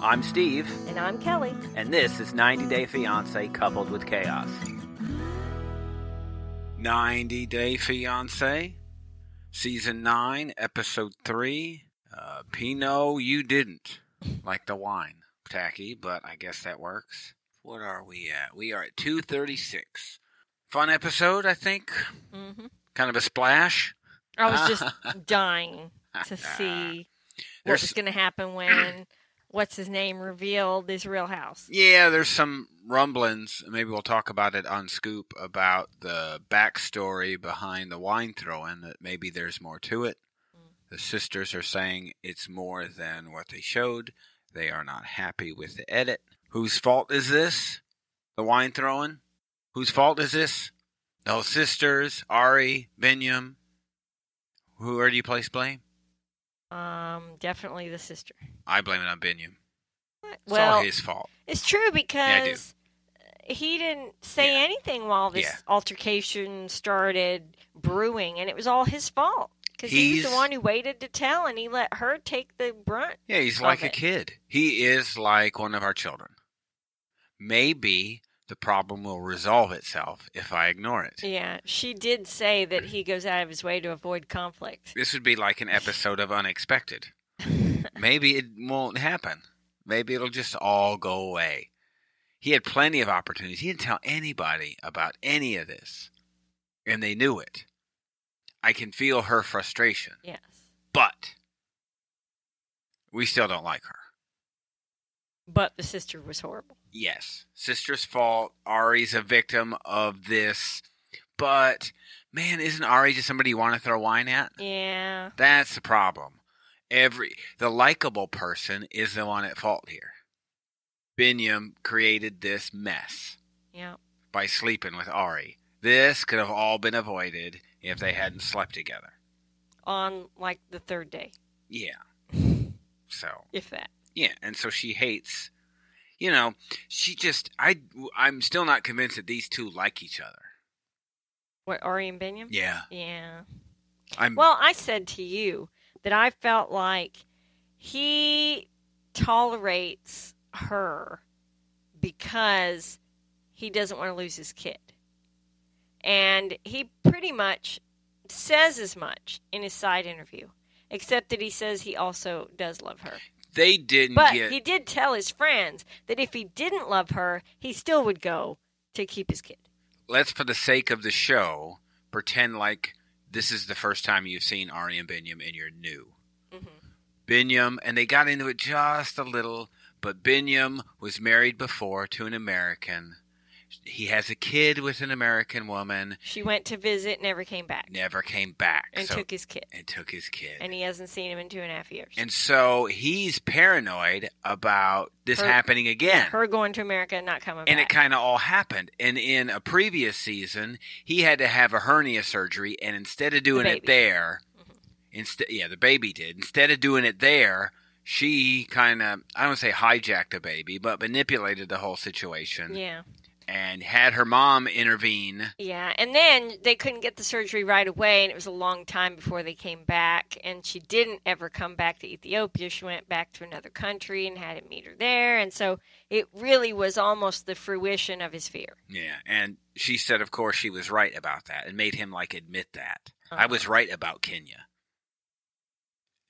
I'm Steve, And I'm Kelly. and this is 90 Day Fiance coupled with chaos. 90 Day Fiance, Season 9, Episode 3. Uh, Pinot, you didn't. Like the wine. Tacky, but I guess that works. What are we at? We are at 236. Fun episode, I think. hmm Kind of a splash. I was just dying to see what was There's, going to happen when what's his name revealed his real house. yeah, there's some rumblings. Maybe we'll talk about it on Scoop about the backstory behind the wine throwing, that maybe there's more to it. The sisters are saying it's more than what they showed. They are not happy with the edit. Whose fault is this? The wine throwing? Whose fault is this? Those sisters, Ari, Binyam. Who where do you place blame? Um, definitely the sister. I blame it on Binyam. What? It's all Well, his fault. it's true do. because he didn't say Yeah. anything while this Yeah. altercation started brewing, and it was all his fault because he was He's- the one who waited to tell, and he let her take the brunt. Yeah, he's of like a it. kid. He is like one of our children. Maybe the problem will resolve itself if I ignore it. Yeah, she did say that he goes out of his way to avoid conflict. This would be like an episode of Unexpected. Maybe it won't happen. Maybe it'll just all go away. He had plenty of opportunities. He didn't tell anybody about any of this, and they knew it. I can feel her frustration, Yes. but we still don't like her. But the sister was horrible. Yes, sister's fault. Ari's a victim of this, but man, isn't Ari just somebody you want to throw wine at? Yeah. That's the problem. Every the likable person is the one at fault here. Binyam created this mess Yeah. by sleeping with Ari. This could have all been avoided if they hadn't slept together. On like the third day, Yeah. So if that. Yeah, and so she hates. You know, she just I I'm still not convinced that these two like each other. What, Ari and Binyam? Yeah, Mm. Yeah. I'm. Well, I said to you that I felt like he tolerates her because he doesn't want to lose his kid. And he pretty much says as much in his side interview, except that he says he also does love her. they didn't But get. he did tell his friends that if he didn't love her, he still would go to keep his kid. let's, for the sake of the show, pretend like this is the first time you've seen Ari and Binyam, and you're new. hmm Mm-hmm. Binyam, and they got into it just a little, but Binyam was married before to an American. He has a kid with an American woman. She went to visit, never came back, Never came back. and so, took his kid. and took his kid. and he hasn't seen him in two and a half years. And so he's paranoid about this Her- happening again. her going to America and not coming and it back. kind of all happened. And in a previous season, he had to have a hernia surgery, and instead of doing it baby. Mm-hmm. there, instead yeah, the baby did. Instead of doing it there, she kind of I don't wanna say hijacked the baby, but manipulated the whole situation yeah, and had her mom intervene. yeah. And then they couldn't get the surgery right away, and it was a long time before they came back. And she didn't ever come back to Ethiopia. She went back to another country and had him meet her there. And so it really was almost the fruition of his fear. Yeah, and she said, of course, she was right about that, and made him like admit that. I Uh-huh. was right about Kenya.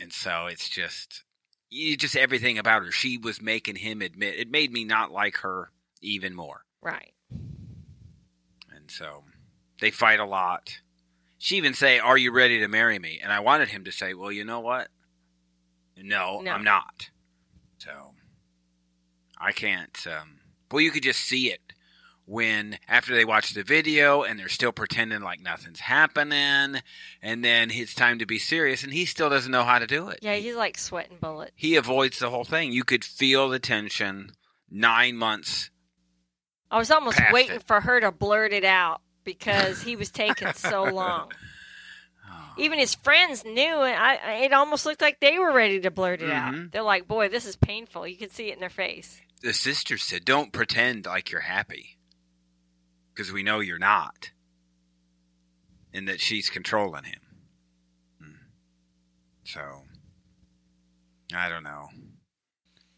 And so it's just you just everything about her. She was making him admit it made me not like her even more. Right. And so they fight a lot. She even say, "Are you ready to marry me?" And I wanted him to say, "Well, you know what? No, No. I'm not." So I can't um well, you could just see it when after they watch the video and they're still pretending like nothing's happening and then it's time to be serious and he still doesn't know how to do it. Yeah, he, he's like sweating bullets. he avoids the whole thing. You could feel the tension 9 months. I was almost Past waiting it. for her to blurt it out because he was taking so long. Oh. Even his friends knew, and I, I- it almost looked like they were ready to blurt it Mhm. out. They're like, "Boy, this is painful." You can see it in their face. the sister said, "Don't pretend like you're happy, because we know you're not, and that she's controlling him." Hmm. So, I don't know.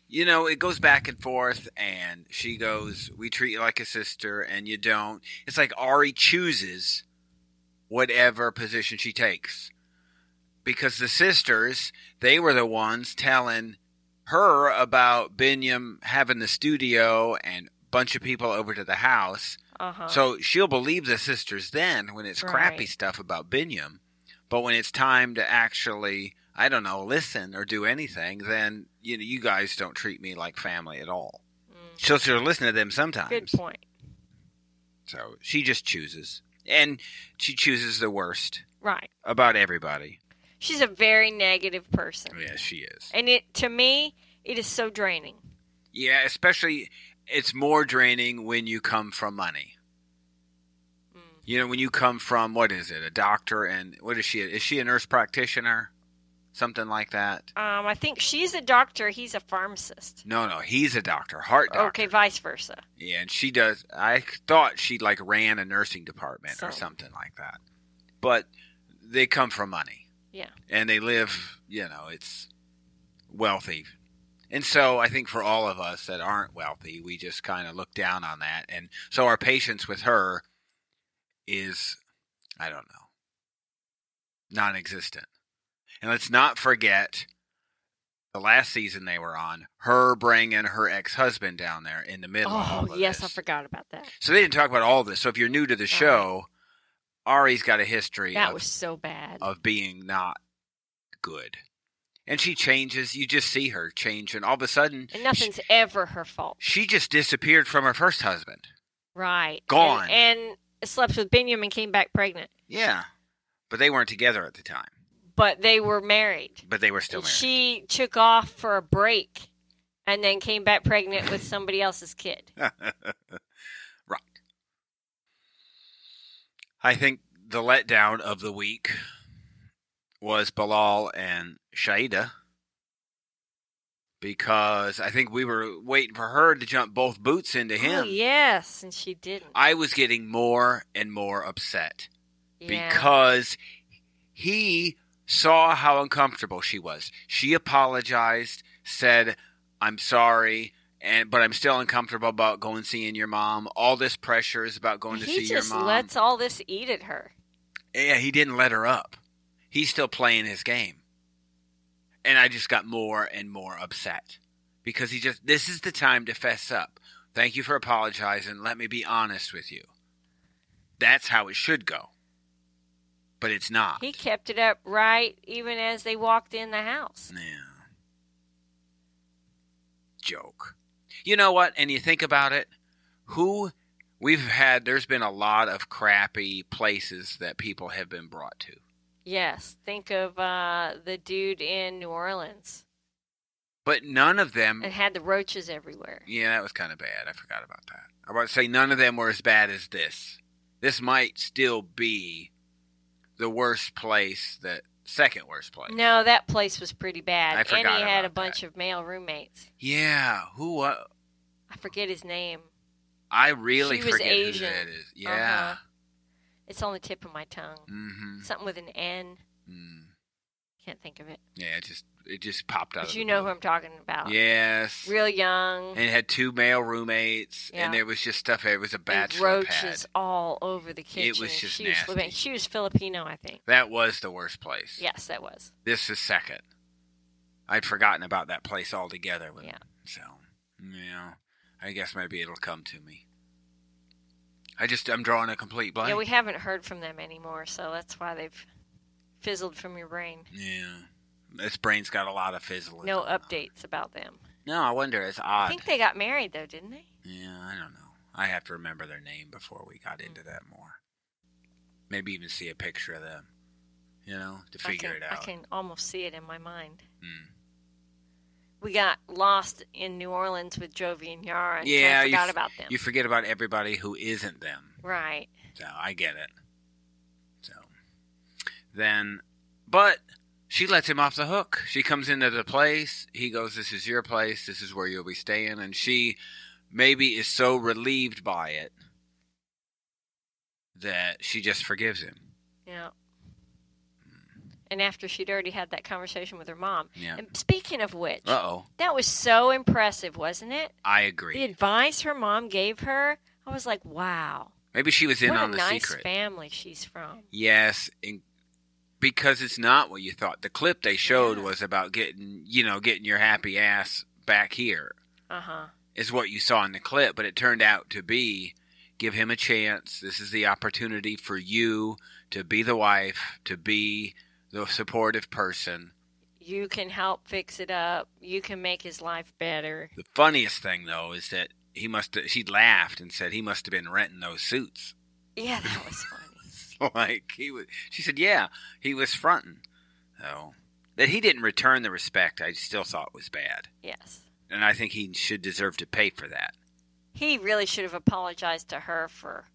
you know, it goes back and forth, and she goes, "We treat you like a sister, and you don't." It's like Ari chooses whatever position she takes because the sisters they were the ones telling her about Binyam having the studio and bunch of people over to the house. Uh-huh. So she'll believe the sisters then when it's crappy Right. stuff about Binyam, but when it's time to actually, I don't know, listen or do anything, then you know, you guys don't treat me like family at all. Mm. She'll still listen to them sometimes. Good point. So she just chooses, and she chooses the worst Right. about everybody. She's a very negative person. Yes, she is. And it to me, it is so draining. Yeah, especially it's more draining when you come from money. Mm. You know, when you come from what is it? A doctor and what is she? Is she a nurse practitioner? Something like that. Um, I think she's a doctor, he's a pharmacist. No, no, he's a doctor, heart doctor. Okay, vice versa. Yeah, and she does. I thought she like ran a nursing department or So- something like that. But they come from money. Yeah. And they live, you know, it's wealthy. And so I think for all of us that aren't wealthy, we just kind of look down on that. And so our patience with her is, I don't know, non existent. And let's not forget the last season they were on, her bringing her ex husband down there in the middle. of all Oh, of yes, I this. forgot about that. So they didn't talk about all this. So if you're new to the show, Ari's got a history That of, was so bad. of being not good. And she changes. You just see her change. And all of a sudden, And nothing's ever her fault. she, she just disappeared from her first husband. Right. And- Gone. And, slept with Binyam and came back pregnant. Yeah. But they weren't together at the time. But they were married. But they were still And married. She took off for a break and then came back pregnant with somebody else's kid. right. I think the letdown of the week was Bilal and Shaida because I think we were waiting for her to jump both boots into him. Oh, yes, and she didn't. I was getting more and more upset Yeah. because he saw how uncomfortable she was. She apologized, said, "I'm sorry." And, but I'm still uncomfortable about going seeing your mom. All this pressure is about going to he see just your mom. lets all this eat at her. Yeah, he didn't let her up. He's still playing his game. And I just got more and more upset because he just, this is the time to fess up. Thank you for apologizing. Let me be honest with you. That's how it should go. But it's not. He kept it up right even as they walked in the house. Yeah. Joke. You know what? And you think about it, who we've had, there's been a lot of crappy places that people have been brought to. Yes, think of uh, the dude in New Orleans But none of them and had the roaches everywhere. Yeah, that was kind of bad. I forgot about that. I was about to say none of them were as bad as this. This might still be the worst place, the second worst place. No, that place was pretty bad. I forgot and he had a about bunch of male roommates. Yeah, who? Uh, I forget his name. I really She was forget Asian. Uh-huh. who that is. Yeah. It's on the tip of my tongue. Mm-hmm. Something with an N. Mm. Can't think of it. Yeah, it just it just popped out. But of you the know who blue. I'm talking about. Yes. Real young. And it had two male roommates, Yeah. and there was just stuff. It was a with bachelor pad. roaches all over the kitchen. was and just she nasty. was living- she was Filipino, I think. That was the worst place. Yes, that was. This is second. I'd forgotten about that place altogether. When, Yeah. So, yeah, I guess maybe it'll come to me. I just I'm drawing a complete blank. Yeah, we haven't heard from them anymore, so that's why they've fizzled from your brain. Yeah. This brain's got a lot of fizzle. in No it. updates about them. No, I wonder. It's I odd. think they got married though, didn't they? Yeah, I don't know. I have to remember their name before we got Hmm. into that more. Maybe even see a picture of them. You know, to figure I can, it out. I can almost see it in my mind. Mm. We got lost in New Orleans with Jovi and Yara, and Yeah, I you forgot f- about them. You forget about everybody who isn't them. right? So I get it. So then, but she lets him off the hook. She comes into the place. He goes, This is your place. This is where you'll be staying. And she maybe is so relieved by it that she just forgives him. Yeah. and after she'd already had that conversation with her mom. Yeah. And speaking of which, Uh oh. that was so impressive, wasn't it? I The agree. advice her mom gave her, I was like, wow. Maybe she was in what on a the nice secret. family she's from. Yes, and because it's not what you thought. The clip they showed Yeah. was about getting, you know, getting your happy ass back here Uh huh. is what you saw in the clip, but it turned out to be give him a chance. This is the opportunity for you to be the wife, to be the supportive person. You can help fix it up. You can make his life better. The funniest thing though is that he must she laughed and said he must have been renting those suits. Yeah, that was funny. like he was she said yeah he was fronting so that he didn't return the respect i still thought was bad yes. and i think he should deserve to pay for that He really should have apologized to her for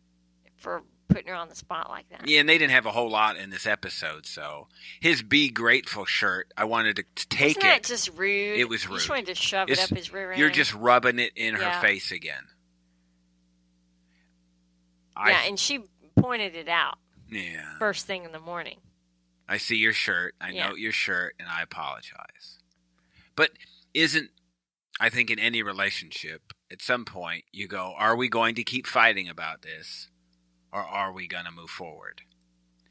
for putting her on the spot like that. yeah and they didn't have a whole lot in this episode so his be grateful shirt i wanted to t- take Isn't that it just rude? It was You just rude. wanted to shove It's- it up his rear end. you're just rubbing it in Yeah. her face again yeah, I, and she pointed it out yeah first thing in the morning. I see your shirt. I Yeah. note your shirt, and I apologize. But isn't I think in any relationship, at some point you go, "Are we going to keep fighting about this, or are we going to move forward?"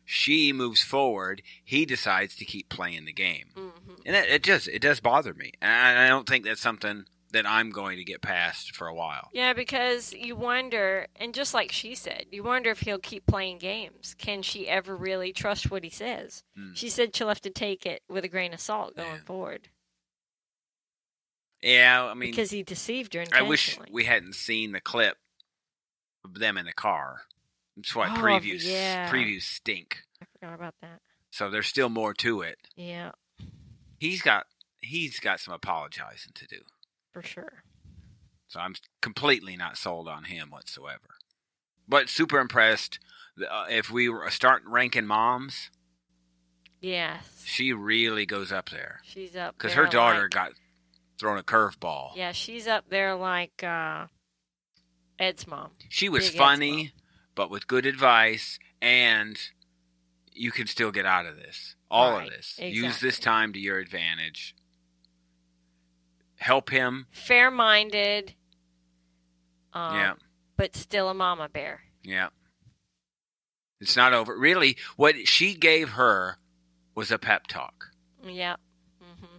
She moves forward. He decides to keep playing the game, hmm and it, it just it does bother me. And I, I don't think that's something that I'm going to get past for a while. Yeah, because you wonder, and just like she said, you wonder if he'll keep playing games. Can she ever really trust what he says? Mm. She said she'll have to take it with a grain of salt going Yeah. forward Yeah, I mean, because he deceived her I intentionally. wish we hadn't seen the clip of them in the car. That's why Oh, previews yeah. previews stink. I forgot about that. So there's still more to it. Yeah, He's got he's got some apologizing to do. for sure. So I'm completely not sold on him whatsoever. But super impressed. Uh, if we were- start ranking moms, Yes, she really goes up there she's up because there her daughter like- got thrown a curveball. Yeah, she's up there like uh, Ed's mom. She was Big funny, but with good advice, and you can still get out of this. All Right, of this. Use this exactly. time to your advantage. Help him. fair-minded. Um, yeah, but still a mama bear. yeah. It's not over. Really, what she gave her was a pep talk. Yeah. hmm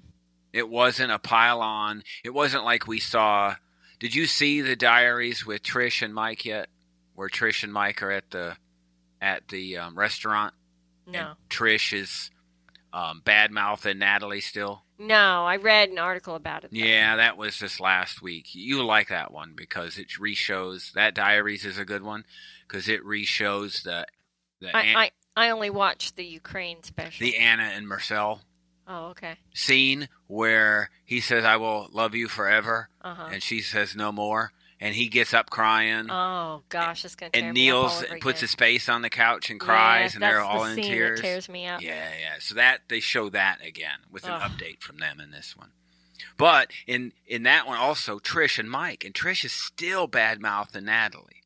It wasn't a pile on. It wasn't like we saw. Did you see the diaries with Trish and Mike yet? Where Trish and Mike are at the at the um, restaurant. No. and Trish is um, bad mouthing Natalie still. No, I read an article about it. though. Yeah, that was this last week. You like that one because it reshows that diaries is a good one because it reshows the the An- I, I, I only watched the Ukraine special. the Anna and Marcel oh, okay. scene where he says, "I will love you forever," Uh huh. and she says, "No more," and he gets up crying. Oh gosh, it's gonna. tear and me up all kneels over and puts again. his face on the couch and Yes, cries, and they're that's the all in scene that tears. tears me up. Yeah, yeah. So that they show that again with an Ugh. update from them in this one. But in in that one also Trish and Mike and Trish is still bad mouthing Natalie.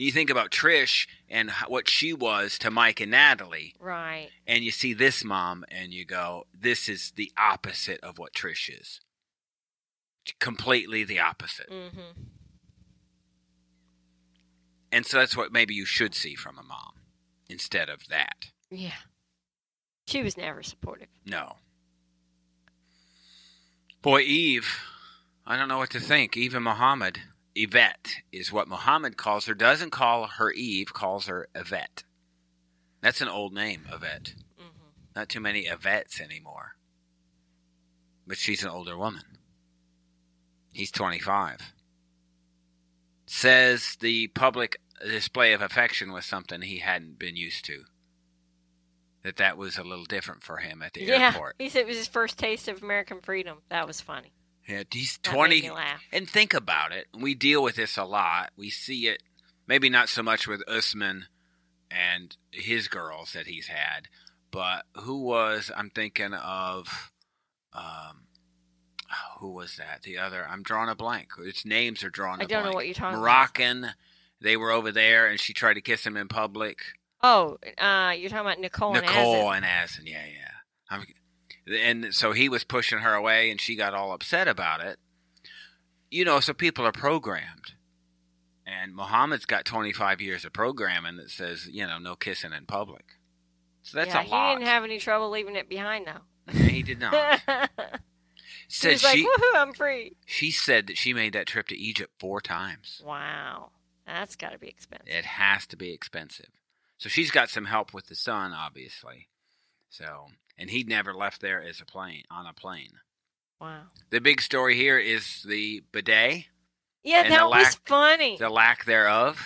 You think about Trish and h- what she was to Mike and Natalie, Right. and you see this mom and you go, "This is the opposite of what Trish is. Completely the opposite." Mm-hmm. And so that's what maybe you should see from a mom instead of that. Yeah. She was never supportive. No. Boy, Eve, I don't know what to think. Eve and Muhammad, Yvette is what Muhammad calls her. Doesn't call her Eve, calls her Yvette. That's an old name, Yvette. Mm-hmm. Not too many Yvettes anymore. But she's an older woman. He's 25. Says the public display of affection was something he hadn't been used to. That that was a little different for him at the Yeah. airport. He said it was his first taste of American freedom. That was funny. Yeah, he's That made twenty. me laugh. And think about it. We deal with this a lot. We see it, maybe not so much with Usman and his girls that he's had, but who was I'm thinking of? Um, who was that? The other? I'm drawing a blank. Its names are drawn. I a don't know blank. what you're talking about. Moroccan. They were over there, and she tried to kiss him in public. Oh, uh, you're talking about Nicole, and Azim. Nicole and Asin. Yeah, yeah. I'm, and so he was pushing her away, and she got all upset about it. You know, so people are programmed. And Muhammad's got 25 years of programming that says, you know, no kissing in public. So that's yeah, a lot. He didn't have any trouble leaving it behind though. he did not. He Said was like, she, "Woohoo, I'm free!" she said that she made that trip to Egypt four times. Wow, that's got to be expensive. It has to be expensive. So she's got some help with the son, obviously. So, and he'd never left there as a plane on a plane. Wow. The big story here is the bidet, Yeah, And the that was lack- funny. the lack thereof.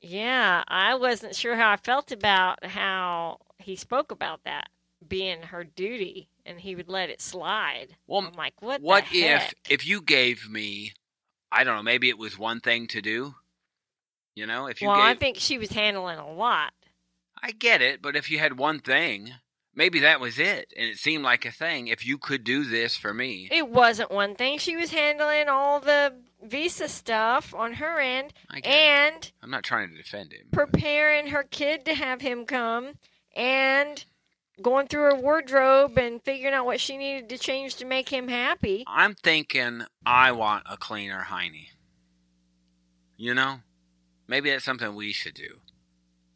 Yeah, I wasn't sure how I felt about how he spoke about that being her duty, and he would let it slide. Well, I'm like, what? Um, the what if heck? if you gave me, I don't know, maybe it was one thing to do. You know, if you well, gave, I think she was handling a lot. I get it, but if you had one thing, maybe that was it, and it seemed like a thing. If you could do this for me, It wasn't one thing. She was handling all the visa stuff on her end, I get it. and I'm not trying to defend him. but- preparing her kid to have him come and going through her wardrobe and figuring out what she needed to change to make him happy. I'm thinking I want a cleaner hiney. You know, maybe that's something we should do.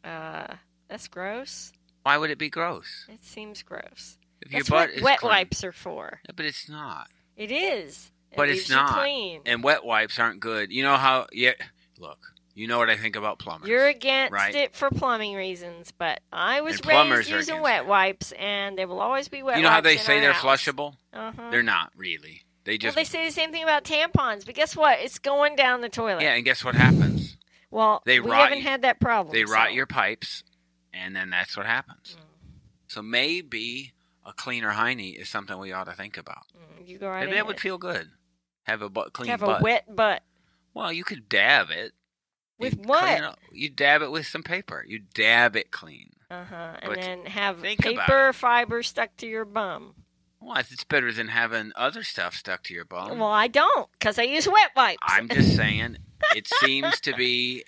Uh, that's gross. Why would it be gross It seems gross. if That's your butt what is wet clean? wipes are for. Yeah, But it's not. It is. It But it's leaves you not. clean. And wet wipes aren't good. You know how? Yeah. Look, you know what I think about plumbers. You're against right? it for plumbing reasons, but I was And plumbers raised are using against wet it. wipes, and there will always be wet. you know how wipes they in say our they're house. flushable? Uh-huh. They're not really. They just well, they say the same thing about tampons, but guess what? It's going down the toilet. yeah. And guess what happens? Well, They we rot haven't you- had that problem. They rot so- your pipes, and then that's what happens. Mm, So maybe a cleaner hiney is something we ought to think about. mm, You go right Maybe ahead. that would feel good. Have a butt clean have butt. a wet butt. well, you could dab it. With You'd what? clean it up. You dab it with some paper. You dab it clean. Uh huh. But And then have think about paper fiber stuck to your bum. Well, it's better than having other stuff stuck to your bum. Well, I don't because I use wet wipes. I'm just saying, it seems to be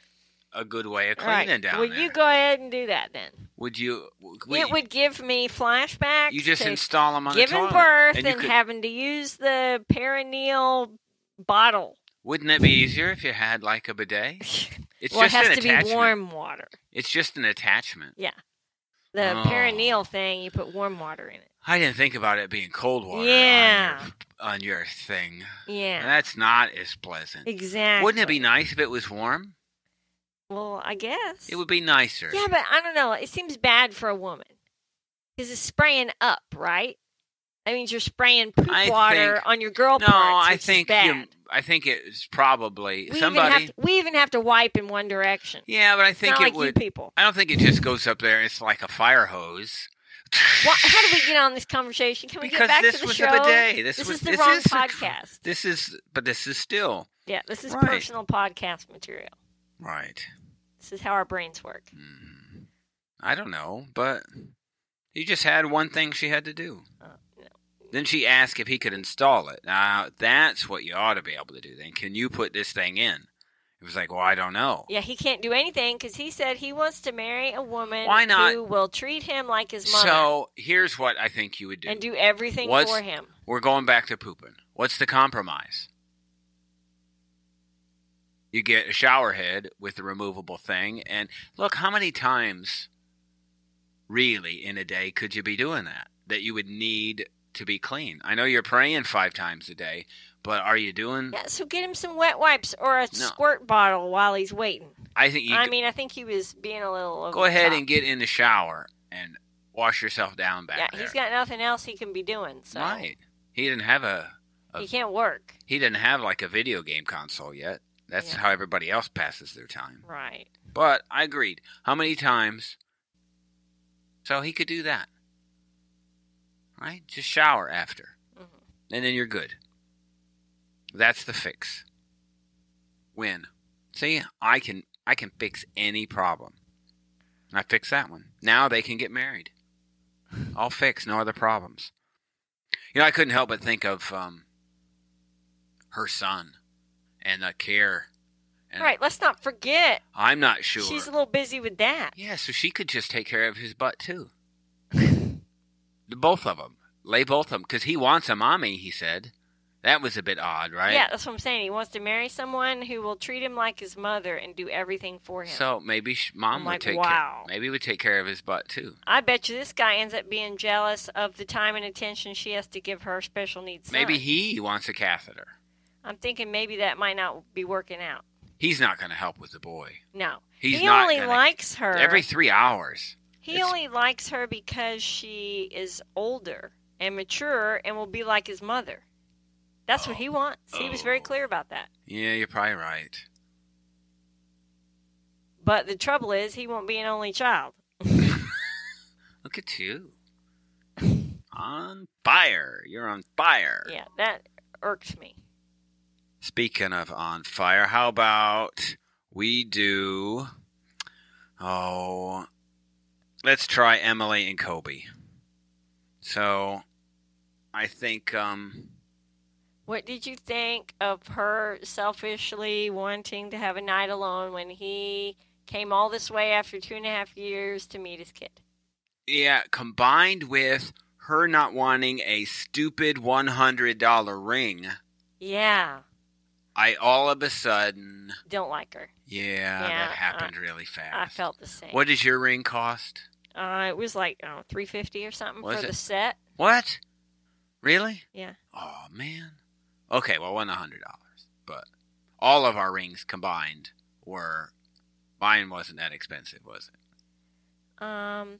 a good way of All right. cleaning down well, there. you go ahead and do that then. would you? Would it you, would give me flashbacks. you just to install them on the giving toilet, birth and and, you could- having to use the perineal bottle. wouldn't it be easier if you had like a bidet? It's well, it just has an to attachment. be warm water. It's just an attachment. The Oh. perineal thing, you put warm water in it. I didn't think about it being cold water. on your- Yeah. On your, thing, Yeah, that's not as pleasant. exactly. Wouldn't it be nice if it was warm? Well, I guess It would be nicer. Yeah, but I don't know. It seems bad for a woman because it's spraying up, right? That means you're spraying poop I water think- on your girl no, parts, I which is think bad. I think it's probably We even somebody. have to, we even have to wipe in one direction. Yeah, but I It's not think it like you would. people. I don't think it just goes up there. It's like a fire hose. Why, how do we get on this conversation? Can we because get back this to the was show? a bidet. This, This was is the this wrong is a cr- podcast. this is, but this is still Yeah, this is Right. personal podcast material. right. This is how our brains work. Hmm. I don't know, but he just had one thing she had to do. Uh, no. Then she asked if he could install it. Now that's what you ought to be able to do. Then can you put this thing in? It was like, well, I don't know. Yeah, he can't do anything because he said he wants to marry a woman Why not? who will treat him like his mother So here's what I think you would do. and do everything What's- for him. We're going back to pooping. What's the compromise? You get a shower head with the removable thing. And look, how many times really in a day could you be doing that? That you would need to be clean. I know you're praying five times a day, but are you doing? Yeah, so get him some wet wipes or a squirt bottle while he's waiting. I think you I g- mean, I think he was being a little. Over go ahead the and get in the shower and wash yourself down back top. Yeah, there. he's got nothing else he can be doing, so right. He didn't have a he can't work. he didn't have like a video game console yet. That's Yeah. how everybody else passes their time. Right. But I agreed. How many times? So he could do that. Right? Just shower after. Mhm. And then you're good. That's the fix. Win. See, I can I can fix any problem. And I fixed that one. Now they can get married. I'll fix no other problems. You know, I couldn't help but think of um, her son and the care. And Right. Let's not forget I'm not sure. she's a little busy with that. Yeah, so she could just take care of his butt too. The both of them. Lay both of them. Because he wants a mommy, he said. That was a bit odd, right? Yeah, that's what I'm saying. He wants to marry someone who will treat him like his mother and do everything for him. So maybe sh- mom I'm would like, take wow. care. Maybe would take care of his butt too. I bet you this guy ends up being jealous of the time and attention she has to give her special needs son. Maybe he wants a catheter. I'm thinking maybe that might not be working out. He's not going to help with the boy. No. He's he not only gonna- likes her. Every three hours. he it's- only likes her because she is older and mature and will be like his mother. That's Oh. what he wants. He was very Oh. clear about that. Yeah, you're probably right. But the trouble is, he won't be an only child. Look at you. on fire. You're on fire. Yeah, that irked me. Speaking of on fire, how about we do. Oh. Let's try Emily and Kobe. So, I think. um What did you think of her selfishly wanting to have a night alone when he came all this way after two and a half years to meet his kid? Yeah, combined with her not wanting a stupid $100 ring, Yeah, I all of a sudden. don't like her. Yeah, Yeah, that happened really fast. I felt the same. What does your ring cost? Uh, it was like oh, three fifty or something Was for it? the set. What? Really? Yeah. Oh man. Okay, well, one hundred dollars, but all of our rings combined were. Mine wasn't that expensive, was it? Um,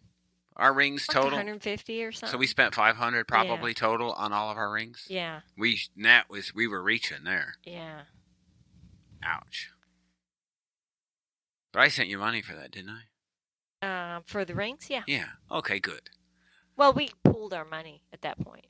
Our rings like total. 150 or something. So we spent five hundred probably total on all of our rings. Yeah, We that was we were reaching there. yeah. Ouch. But I sent you money for that, didn't I? Uh, for the rings, yeah. Yeah. Okay. Good. Well, we pooled our money at that point.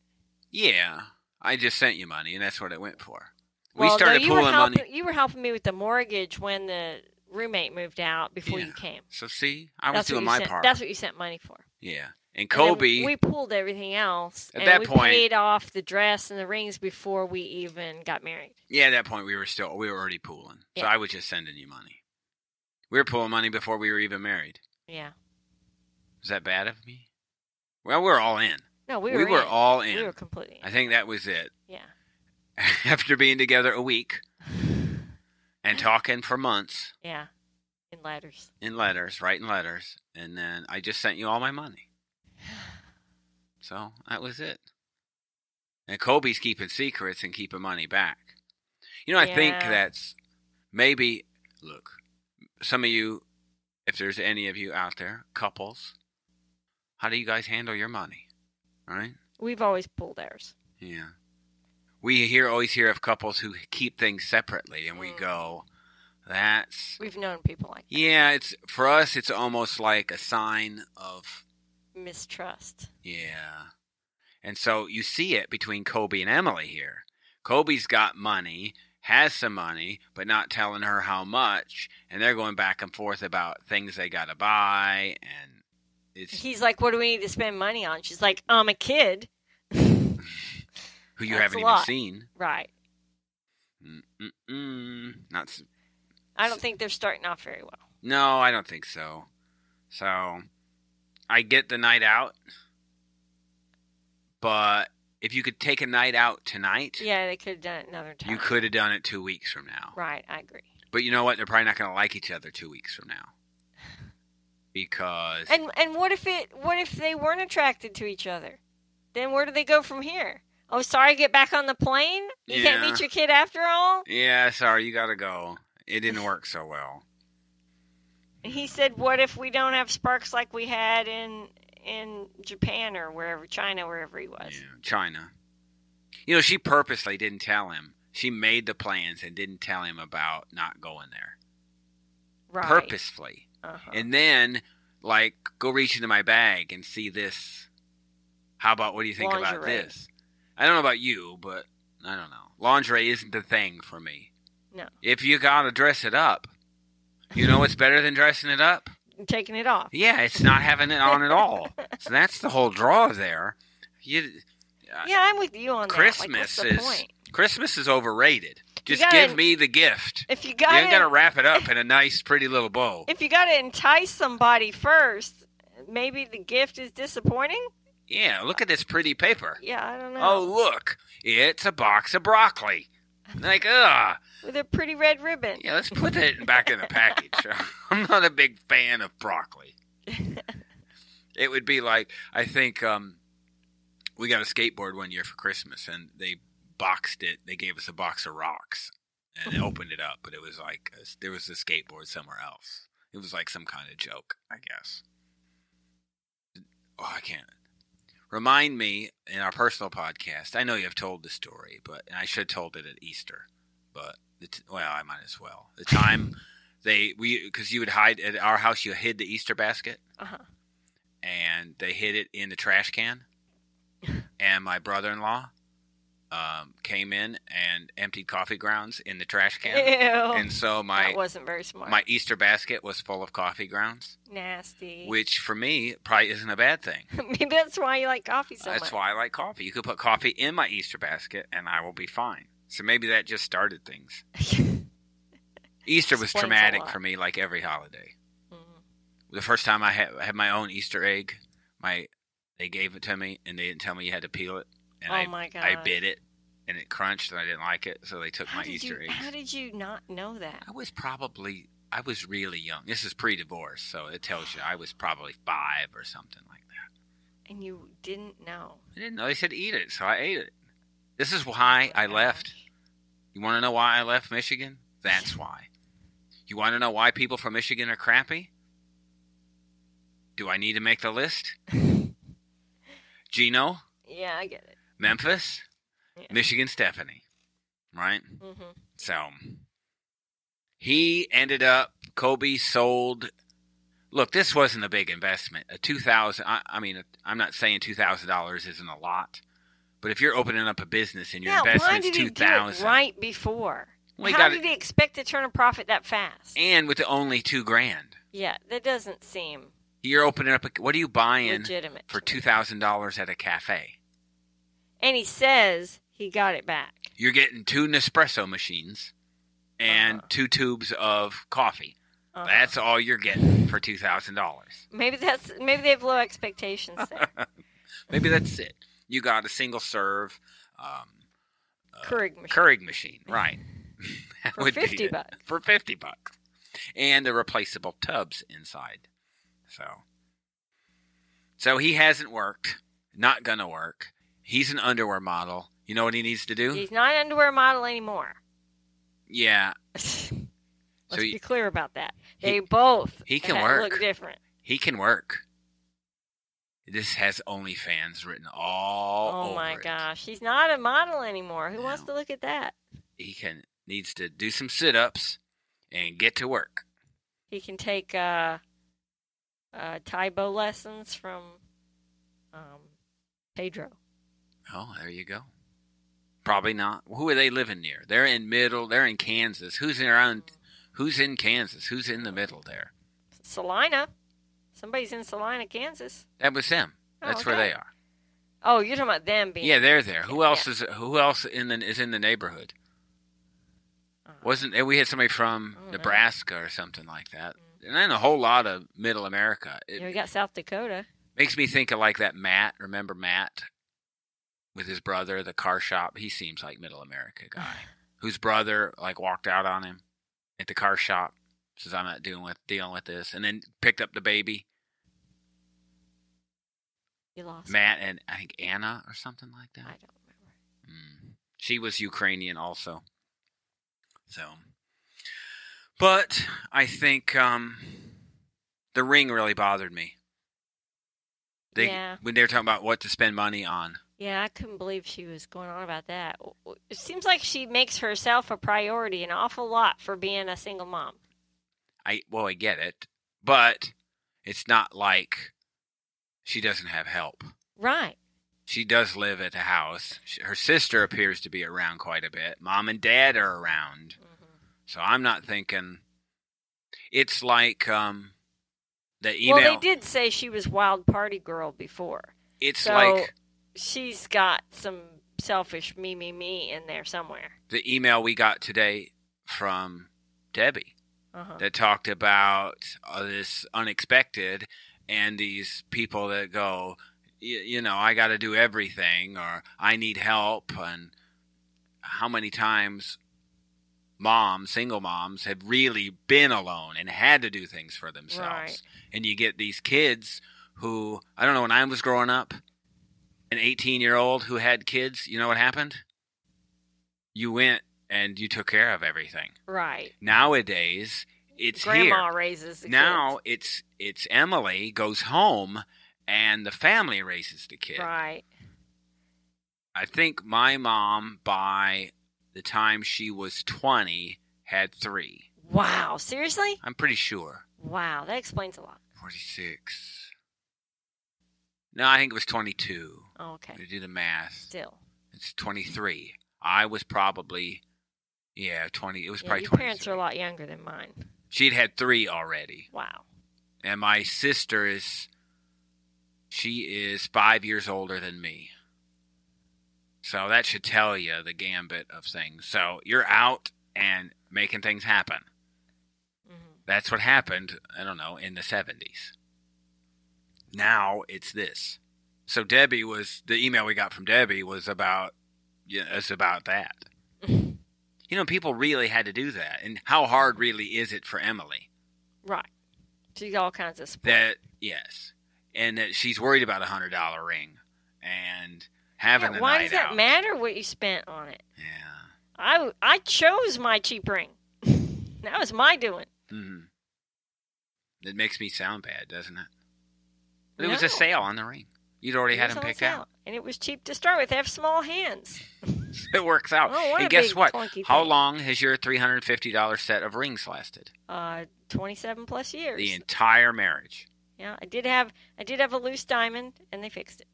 Yeah. I just sent you money, and that's what it went for. We well, started no, you pooling were money. helping, You were helping me with the mortgage when the roommate moved out before you Yeah. came. So see, I was that's what doing you my sent, part. That's what you sent money for. Yeah. And And then Kobe, we pooled everything else. At and that we point- paid off the dress and the rings before we even got married. yeah, at that point we were still we were already pooling. So Yeah. I was just sending you money. We were pooling money before we were even married. Yeah. Is that bad of me? Well, we're all in. No, we We were. were, in. all in. We were completely. I In. think that was it. Yeah. After being together a week and talking for months Yeah. In letters. in letters, writing letters, and then I just sent you all my money. So that was it. And Kobe's keeping secrets and keeping money back. You know, I think Yeah. that's maybe, look, some of you, if there's any of you out there, couples, how do you guys handle your money? All right? We've always pooled ours. Yeah. We hear always hear of couples who keep things separately, and we Mm. go, that's, We've known people like that. yeah, it's, for us, it's almost like a sign of mistrust. Yeah. And so you see it between Kobe and Emily here. Kobe's got money, has some money, but not telling her how much, and they're going back and forth about things they got to buy and it's He's like, "What do we need to spend money on?" She's like, "I'm a kid." who you that's haven't a even lot. seen. Right. Mm-mm-mm. Not s- I don't think they're starting off very well. No, I don't think so. So I get the night out. But if you could take a night out tonight, Yeah, they could have done it another time. you could have done it 2 weeks from now. Right, I agree. But you know what? They're probably not going to like each other two weeks from now because And and what if it? What if they weren't attracted to each other? Then where do they go from here? Oh, sorry, get back on the plane. You can't Yeah. meet your kid after all. yeah, sorry, you got to go. It didn't work so well. And he said, "What if we don't have sparks like we had in in Japan or wherever, China, wherever he was?" Yeah, China. You know, she purposely didn't tell him. She made the plans and didn't tell him about not going there Right. purposefully. Uh-huh. And then, like, go reach into my bag and see this. How about what do you think about Lingerie. this? I don't know about you, but I don't know. Lingerie isn't the thing for me. No. If you gotta dress it up, you know what's better than dressing it up? taking it off. Yeah, it's not having it on at all. So that's the whole draw there. You, Yeah, I'm with you on that. Like, what's Christmas the is point? Christmas is overrated. You Just gotta- give me the gift. If you You got ain't to gotta wrap it up in a nice, pretty little bow. if you got to entice somebody first, maybe the gift is disappointing. Yeah, look at this pretty paper. Yeah, I don't know. Oh, look, it's a box of broccoli. Like, ugh. With a pretty red ribbon. Yeah, let's put it back in the package. I'm not a big fan of broccoli. it would be like I think um, we got a skateboard one year for Christmas, and they boxed it. They gave us a box of rocks, and they opened it up, but it was like a, there was a skateboard somewhere else. It was like some kind of joke, I guess. Oh, I can't remind me in our personal podcast. I know you have told the story, but and I should have told it at Easter, but the t- well, I might as well. The time they we because you would hide at our house, you hid the Easter basket, Uh-huh. and they hid it in the trash can. and my brother-in-law um, came in and emptied coffee grounds in the trash Ew. can, and so that my wasn't very smart. my Easter basket was full of coffee grounds, Nasty. which for me probably isn't a bad thing. Maybe that's why you like coffee so That's much. why I like coffee. You could put coffee in my Easter basket and I will be fine. So maybe that just started things. Easter was Explains a traumatic lot. for me, like every holiday. Mhm. The first time I had, had my own Easter egg, my they gave it to me and they didn't tell me you had to peel it. And oh I, my god. I bit it and it crunched and I didn't like it. So they took How my did Easter you, eggs. How did you not know that? I was probably, I was really young. This is pre divorce. So it tells you I was probably five or something like that. And you didn't know. I didn't know they said eat it, so I ate it. This is why Oh I left. You want to know why I left Michigan? That's why. You want to know why people from Michigan are crappy? Do I need to make the list? Gino, Yeah, I get it. Memphis, Yeah. Michigan Stephanie, right? hmm So he ended up. Kobe sold. Look, this wasn't a big investment. A two thousand. I, I mean, I'm not saying two thousand dollars isn't a lot, but if you're opening up a business and your yeah, why investment's did two he do it thousand, right before? we how got did it, he expect to turn a profit that fast? and with only two grand, yeah, that doesn't seem you're opening up. A, what are you buying legitimate for to two me. thousand dollars at a cafe? And he says he got it back. You're getting two Nespresso machines and Uh-huh. two tubes of coffee. Uh-huh. That's all you're getting for two thousand dollars. maybe that's maybe they have low expectations there. Maybe that's it. You got a single serve um, Keurig machine Keurig machine, right? That for would be fifty it. bucks. For fifty bucks, and the replaceable tubs inside. So, so he hasn't worked. Not gonna work. He's an underwear model. You know what he needs to do? He's not an underwear model anymore. yeah, Let's he- be clear about that. he- They both he can ha- work. look different. he can work. This has OnlyFans written all oh over my it. gosh, he's not a model anymore. Who wants No. to look at that? He can needs to do some sit-ups and get to work. He can take uh, uh, Taibo lessons from um, Pedro. Oh, there you go. Probably not. Who are they living near? They're in middle. They're in Kansas. Who's around? Who's in Kansas? Who's in the middle there? Salina, somebody's in Salina, Kansas. That was them. Oh, That's where they okay. are. Oh, you're talking about them being Yeah, they're there. Who Yeah, else is? Who else in the is in the neighborhood? Uh, Wasn't we had somebody from I don't know. Nebraska or something like that? And then a whole lot of Middle America. you It know, we got South Dakota. makes me think of like that Matt. Remember Matt with his brother, the car shop. He seems like Middle America guy. whose brother like walked out on him at the car shop says i'm not dealing with dealing with this and then picked up the baby You lost. me. matt and i think anna or something like I that don't remember. mm. she was ukrainian also so but i think um the ring really bothered me they Yeah. when they were talking about what to spend money on Yeah, I couldn't believe she was going on about that. W- w- It seems like she makes herself a priority an awful lot for being a single mom. I well, I get it, but it's not like she doesn't have help. Right. She does live at the house. She, her sister appears to be around quite a bit. Mom and dad are around, Mhm. so I'm not thinking it's like um the email. Well, they did say she was wild party girl before. It's so like she's got some selfish me, me, me in there somewhere. the email we got today from Debbie Uh-huh. that talked about uh, this unexpected and these people that go. you, you know, I got to do everything or I need help. And how many times moms, single moms, have really been alone and had to do things for themselves. Right. And you get these kids who, I don't know, when I was growing up, an 18 year old who had kids, you know what happened? You went and you took care of everything. Right. Nowadays, it's Grandma here. raises the Now it's it's Emily goes home and the family raises the kid. kids. Right. I think my mom by the time she was 20 had 3. Wow. Seriously? I'm pretty sure. Wow. That explains a lot. 46. No, I think it was 22. Okay. To do the math, Still. it's 23. I was probably, yeah, 20. It was Yeah, probably your 20. parents are a lot younger than mine. She'd had three already. Wow. And my sister is, she is five years older than me. So that should tell you the gambit of things. So you're out and making things happen. hmm That's what happened, I don't know, in the 70s. Now it's this. So Debbie was the email we got from Debbie was about yeah, it's about that. You know, people really had to do that. And how hard really is it for Emily? Right. She's all kinds of support. That yes. And that she's worried about a hundred dollar ring and having Yeah, a why night does that out. matter what you spent on it? Yeah. I I chose my cheap ring. that was my doing. hmm It makes me sound bad, doesn't it? But it was No. a sale on the ring. You'd already had It was him on picked sale. out. and it was cheap to start with. They have small hands. it works out. Oh, what and a guess big what? clunky How thing. long has your three hundred fifty dollar set of rings lasted? Uh, twenty-seven plus years. The entire marriage. yeah, I did have I did have a loose diamond, and they fixed it.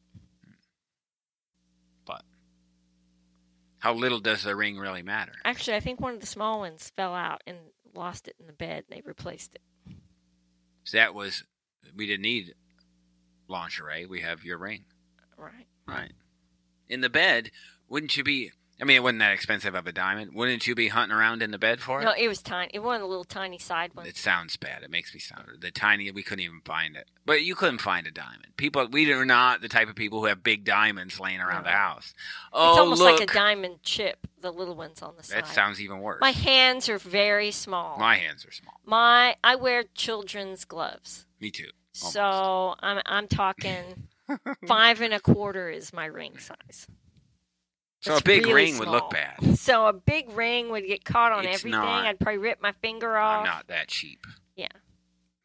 How little does the ring really matter? Actually, I think one of the small ones fell out and lost it in the bed. and They replaced it. So that was we didn't need lingerie. We have your ring. Right. Right. In the bed, wouldn't you be? I mean, it wasn't that expensive of a diamond. Wouldn't you be hunting around in the bed for it? No, it was tiny. It wasn't a little tiny side one. It sounds bad. It makes me sound the tiny. We couldn't even find it, but you couldn't find a diamond. People, we are not the type of people who have big diamonds laying around No. the house. Oh, it's almost look, like a diamond chip. The little ones on the side. that sounds even worse. My hands are very small. My hands are small. My I wear children's gloves. Me too. Almost. So I'm I'm talking five and a quarter is my ring size. So It's a big really ring would look small. bad. So a big ring would get caught on It's everything. not- I'd probably rip my finger I'm off. not that cheap. Yeah.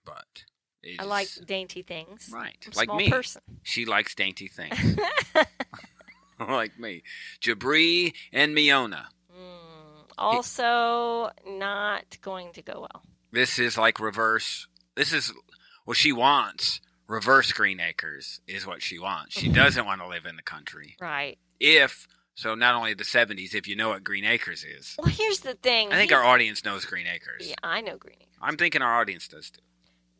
But it I is- like dainty things. right I'm a like small me. person. She likes dainty things. like me. Jabri and Miona. Mm, also, not going to go well. This is like reverse. This is what she wants. Reverse Green Acres is what she wants. She doesn't want to live in the country. Right. If, so not only the 70s, if you know what Green Acres is, Well, here's the thing. I think He- our audience knows Green Acres. Yeah, I know Green. Acres. I'm thinking our audience does too.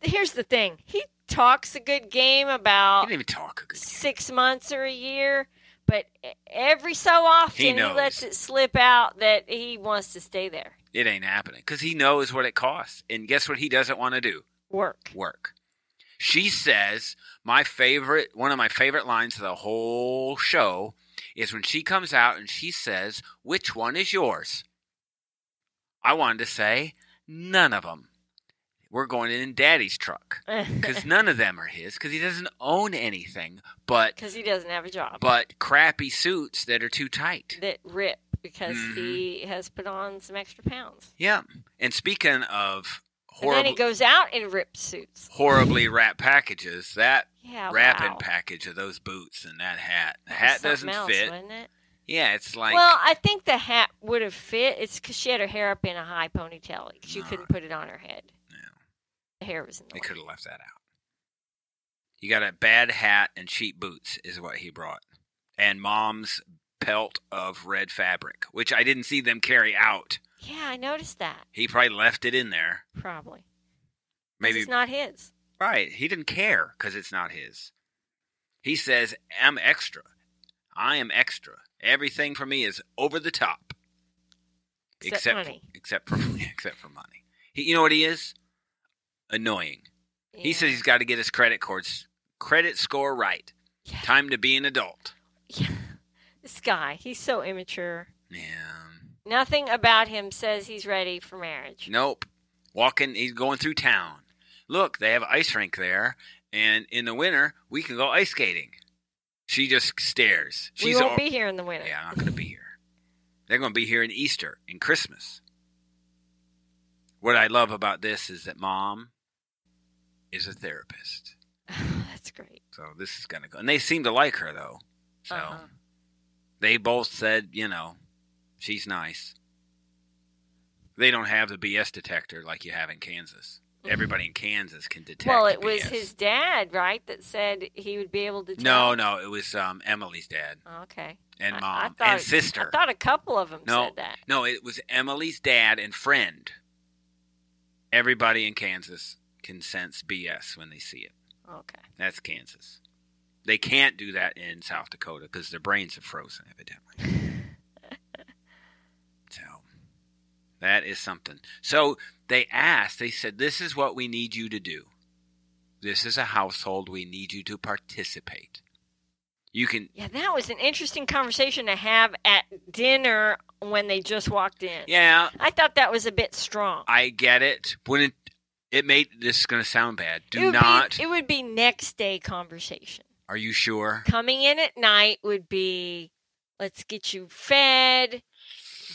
Here's the thing. He talks a good game He about didn't even talk a good game. six months or a year, but e-, every so often He he, knows. lets it slip out that he wants to stay there. It ain't happening because he knows what it costs. And guess what he doesn't want to do? Work. work. She says, my favorite, one of my favorite lines of the whole show is when she comes out and she says, which one is yours? I wanted to say, none of them. We're going in daddy's truck because Because none of them are his because he doesn't own anything but he doesn't have a job. but crappy suits that are too tight. that rip because Mhm. he has put on some extra pounds. Yeah. And speaking of And then horrible, he goes out in ripped suits. horribly wrapped packages, that Yeah. wrapping Oh, wow. package of those boots and that hat. The That was hat something doesn't else, fit. Wasn't it? Yeah, it's like well, I think the hat would have fit. It's because she had her hair up in a high ponytail. Like, she All couldn't put it on her head. Yeah. The hair was in the they way. could have left that out. You got a bad hat and cheap boots is what he brought, and mom's pelt of red fabric, which I didn't see them carry out. Yeah, I noticed that. He probably left it in there. Probably. 'Cause Maybe It's not his. right. He didn't care because it's not his. He says, "I'm extra. I am extra. Everything for me is over the top." Except money. except for except for money. He, you know what he is? Annoying. He says he's got to get his credit cards credit score right. Yeah. Time to be an adult. This guy, he's so immature. Yeah. Nothing about him says he's ready for marriage. Nope. Walking, he's going through town. Look, they have an ice rink there, and in the winter we can go ice skating. She just stares. we She's won't all, be here in the winter. yeah, I'm not gonna be here. They're gonna be here in Easter and Christmas. What I love about this is that mom is a therapist, That's great. so this is gonna go. And they seem to like her though, so Uh-huh. they both said, you know, she's nice. They don't have the BS detector like you have in Kansas. Everybody in Kansas can detect. Mm-hmm. Well, it was BS. his dad, right, that said he would be able to. No, Tell. no, it was um, Emily's dad Okay. and I- I mom thought- and sister. I thought a couple of them No. said that. No, it was Emily's dad and friend. Everybody in Kansas can sense BS when they see it. Okay. That's Kansas. They can't do that in South Dakota because their brains are frozen, evidently. so that is something. So they asked, they said, This is what we need you to do. This is a household. We need you to participate. You can, Yeah, that was an interesting conversation to have at dinner when they just walked in. yeah, I thought that was a bit strong. I get it. Wouldn't it made this is going to sound bad? it Do would not. Be, it would be next day conversation. are you sure? Coming in at night would be, let's get you fed,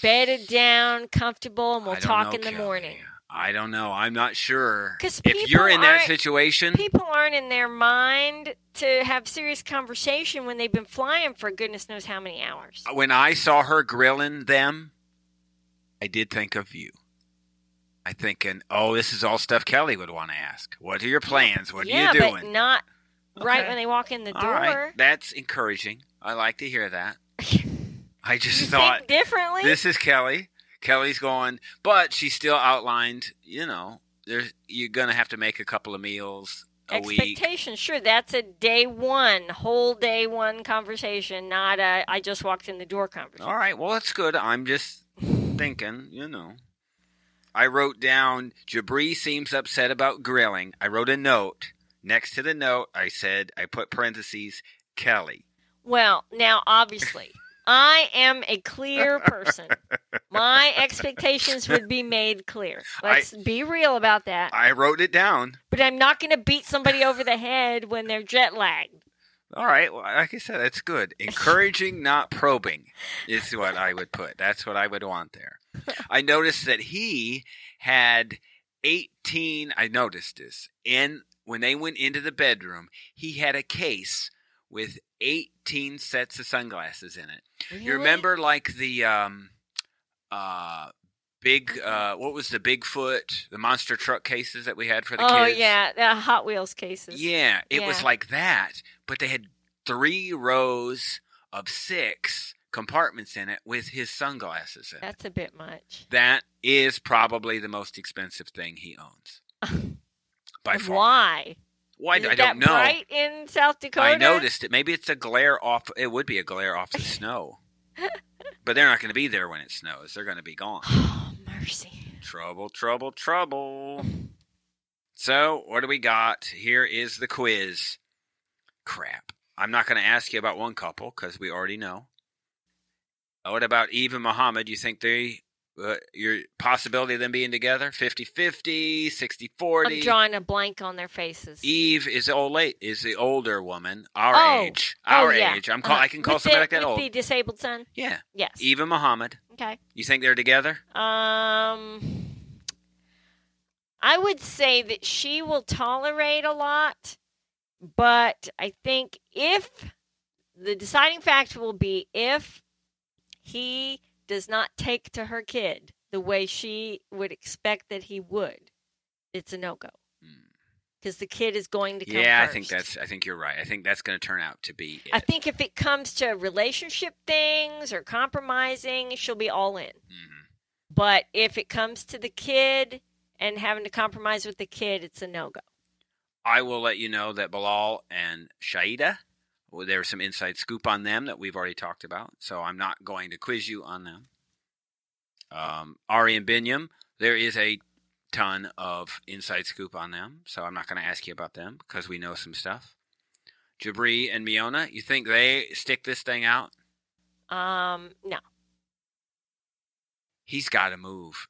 bedded down, comfortable, and we'll I don't talk know, in the Kelly. morning. I don't know. I'm not sure. 'Cause if you're people in that aren't- situation, People aren't in their mind to have serious conversation when they've been flying for goodness knows how many hours. when I saw her grilling them, I did think of you. I thinking, oh, this is all stuff Kelly would want to ask. What are your plans? What yeah, are you doing? but not right Okay. when they walk in the door. All right, that's encouraging. I like to hear that. I just you thought think differently. This is Kelly. Kelly's going, but she still outlined, you know, there's you're gonna have to make a couple of meals a week. Expectation, sure. That's a day one, whole day one conversation, not a I just walked in the door conversation. All right, well that's good. I'm just thinking, you know. I wrote down Jabri seems upset about grilling. I wrote a note. Next to the note I said I put parentheses Kelly. Well, now obviously, I am a clear person. My expectations would be made clear. I- Let's be real about that. I wrote it down. but I'm not going to beat somebody over the head when they're jet lagged. All right. Well, like I said, that's good. Encouraging, not probing, is what I would put. That's what I would want there. I noticed that he had 18. I noticed this. And when they went into the bedroom, he had a case with 18 sets of sunglasses in it. You remember, like, the um, uh, big, uh, what was the Bigfoot, the monster truck cases that we had for the oh kids? yeah, the Hot Wheels cases. Yeah, it was Yeah. like that, but they had three rows of six compartments in it with his sunglasses in it. that's a bit much. That is probably the most expensive thing he owns. By And far. Why? Why Is it I that don't know. Bright in South Dakota. I noticed it. Maybe it's a glare off it would be a glare off the snow. but they're not going to be there when it snows. They're going to be gone. Oh mercy. Trouble, trouble, trouble. So, what do we got? Here is the quiz. Crap. I'm not going to ask you about one couple because we already know. Uh, What about Eve and Muhammad? You think they, uh, your possibility of them being together? 50 50, 60 I'm 40. drawing a blank on their faces. Eve is old late is the older woman, our Oh. age, Oh, our yeah. age. I'm call, Uh-huh. I can call With somebody the, like that with old. E. The disabled son. Yeah, Yes. Eve and Muhammad. Okay. You think they're together? Um, I would say that she will tolerate a lot, but I think if the deciding factor will be if he does not take to her kid the way she would expect that he would, it's a no go Hmm. because the kid is going to come. Yeah, I think first. that's. I think you're right. I think that's going to turn out to be. It. I think if it comes to relationship things or compromising, she'll be all in. Mhm. But if it comes to the kid and having to compromise with the kid, it's a no go. I will let you know that Bilal and Shaida, well, there's some inside scoop on them that we've already talked about, so I'm not going to quiz you on them. Um, Ari and Binyam, there is a ton of inside scoop on them, so I'm not going to ask you about them because we know some stuff. Jabri and Miona? You think they stick this thing out? Um, no, He's got to move.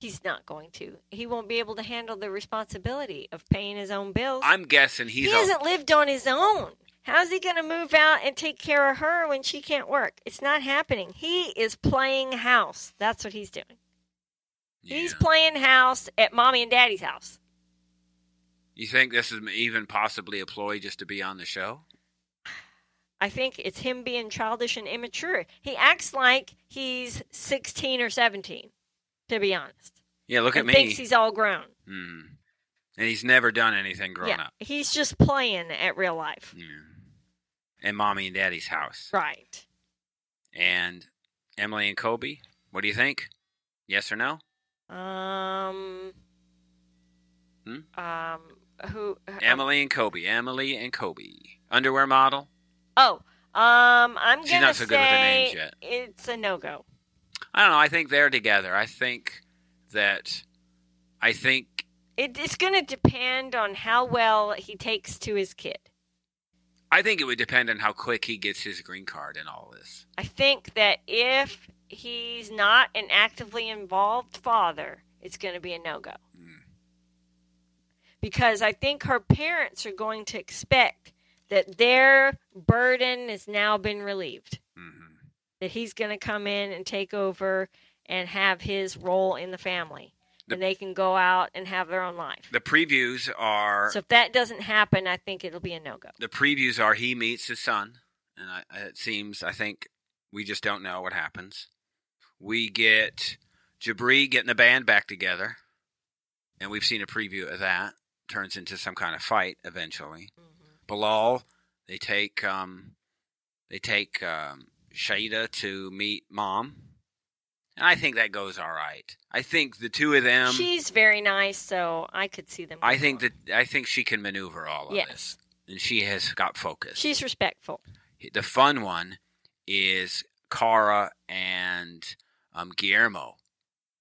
he's not going to. He won't be able to handle the responsibility of paying his own bills. I'm guessing he he's a- hasn't lived on his own. How's he going to move out and take care of her when she can't work? It's not happening. He is playing house. That's what he's doing. He's Yeah. playing house at mommy and daddy's house. You think this is even possibly a ploy just to be on the show? I think it's him being childish and immature. He acts like he's 16 or 17, to be honest. Yeah, look at and me. thinks he's all grown. Hmm. And he's never done anything grown yeah. up. He's just playing at real life. Yeah. And mommy and daddy's house. Right. And Emily and Kobe, what do you think? Yes or no? Um Hmm? um who Emily and Kobe. Emily and Kobe. Underwear model. Oh, um I'm She's gonna not so say good with the names yet. it's a no-go. I don't know. I think they're together. I think that. I think. It, it's going to depend on how well he takes to his kid. I think it would depend on how quick he gets his green card in all this. I think that if he's not an actively involved father, it's going to be a no go. Mm. Because I think her parents are going to expect that their burden has now been relieved, hmm that he's going to come in and take over and have his role in the family. The- and they can go out and have their own life. The previews are. So if that doesn't happen, I think it'll be a no go. the previews are he meets his son, and I, it seems I think we just don't know what happens. We get Jabri getting the band back together, and we've seen a preview of that. Turns into some kind of fight eventually. Bilal, they take um, they take um, Shada to meet mom, and I think that goes all right. I think the two of them. She's very nice, so I could see them. Um, I getting think along. that I think she can maneuver all of Yes. this, and she has got focus. she's respectful. The fun one is Kara and um, Guillermo,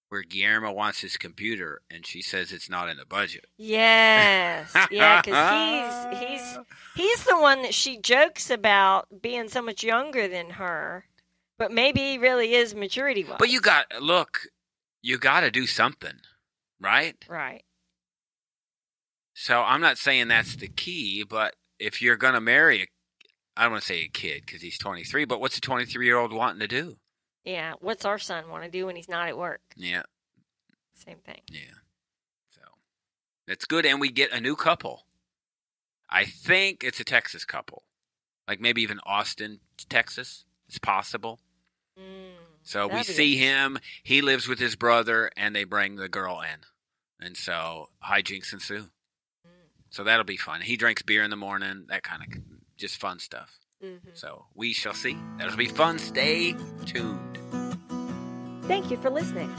where Guillermo wants his computer and she says it's not in the budget. Yes, yeah, because he's he's he's the one that she jokes about being so much younger than her, but maybe he really is maturity wise. But you got look, you got to do something, right? right, So I'm not saying that's the key, but if you're gonna marry, a, I don't want to say a kid because he's 23, but what's a 23 year old wanting to do? yeah. What's our son want to do when he's not at work? Yeah, Same thing. Yeah. So that's good. And we get a new couple. I think it's a Texas couple. Like maybe even Austin, Texas. It's possible. Mm, So we that'd be see interesting. him. He lives with his brother and they bring the girl in. And so hijinks ensue. Mm. So that'll be fun. He drinks beer in the morning, that kind of just fun stuff. Mm, mhm. So we shall see. That'll be fun. Stay tuned. Thank you for listening.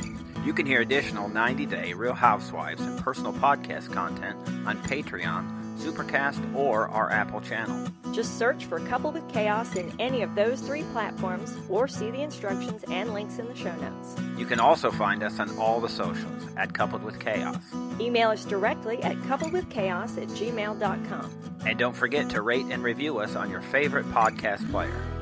You can hear additional 90 Day Real Housewives and personal podcast content on Patreon, Supercast, or our Apple channel. Just search for Couple with Chaos in any of those three platforms or see the instructions and links in the show notes. You can also find us on all the socials at Coupled with Chaos. Email us directly at coupledwithchaos at gmail.com. And don't forget to rate and review us on your favorite podcast player.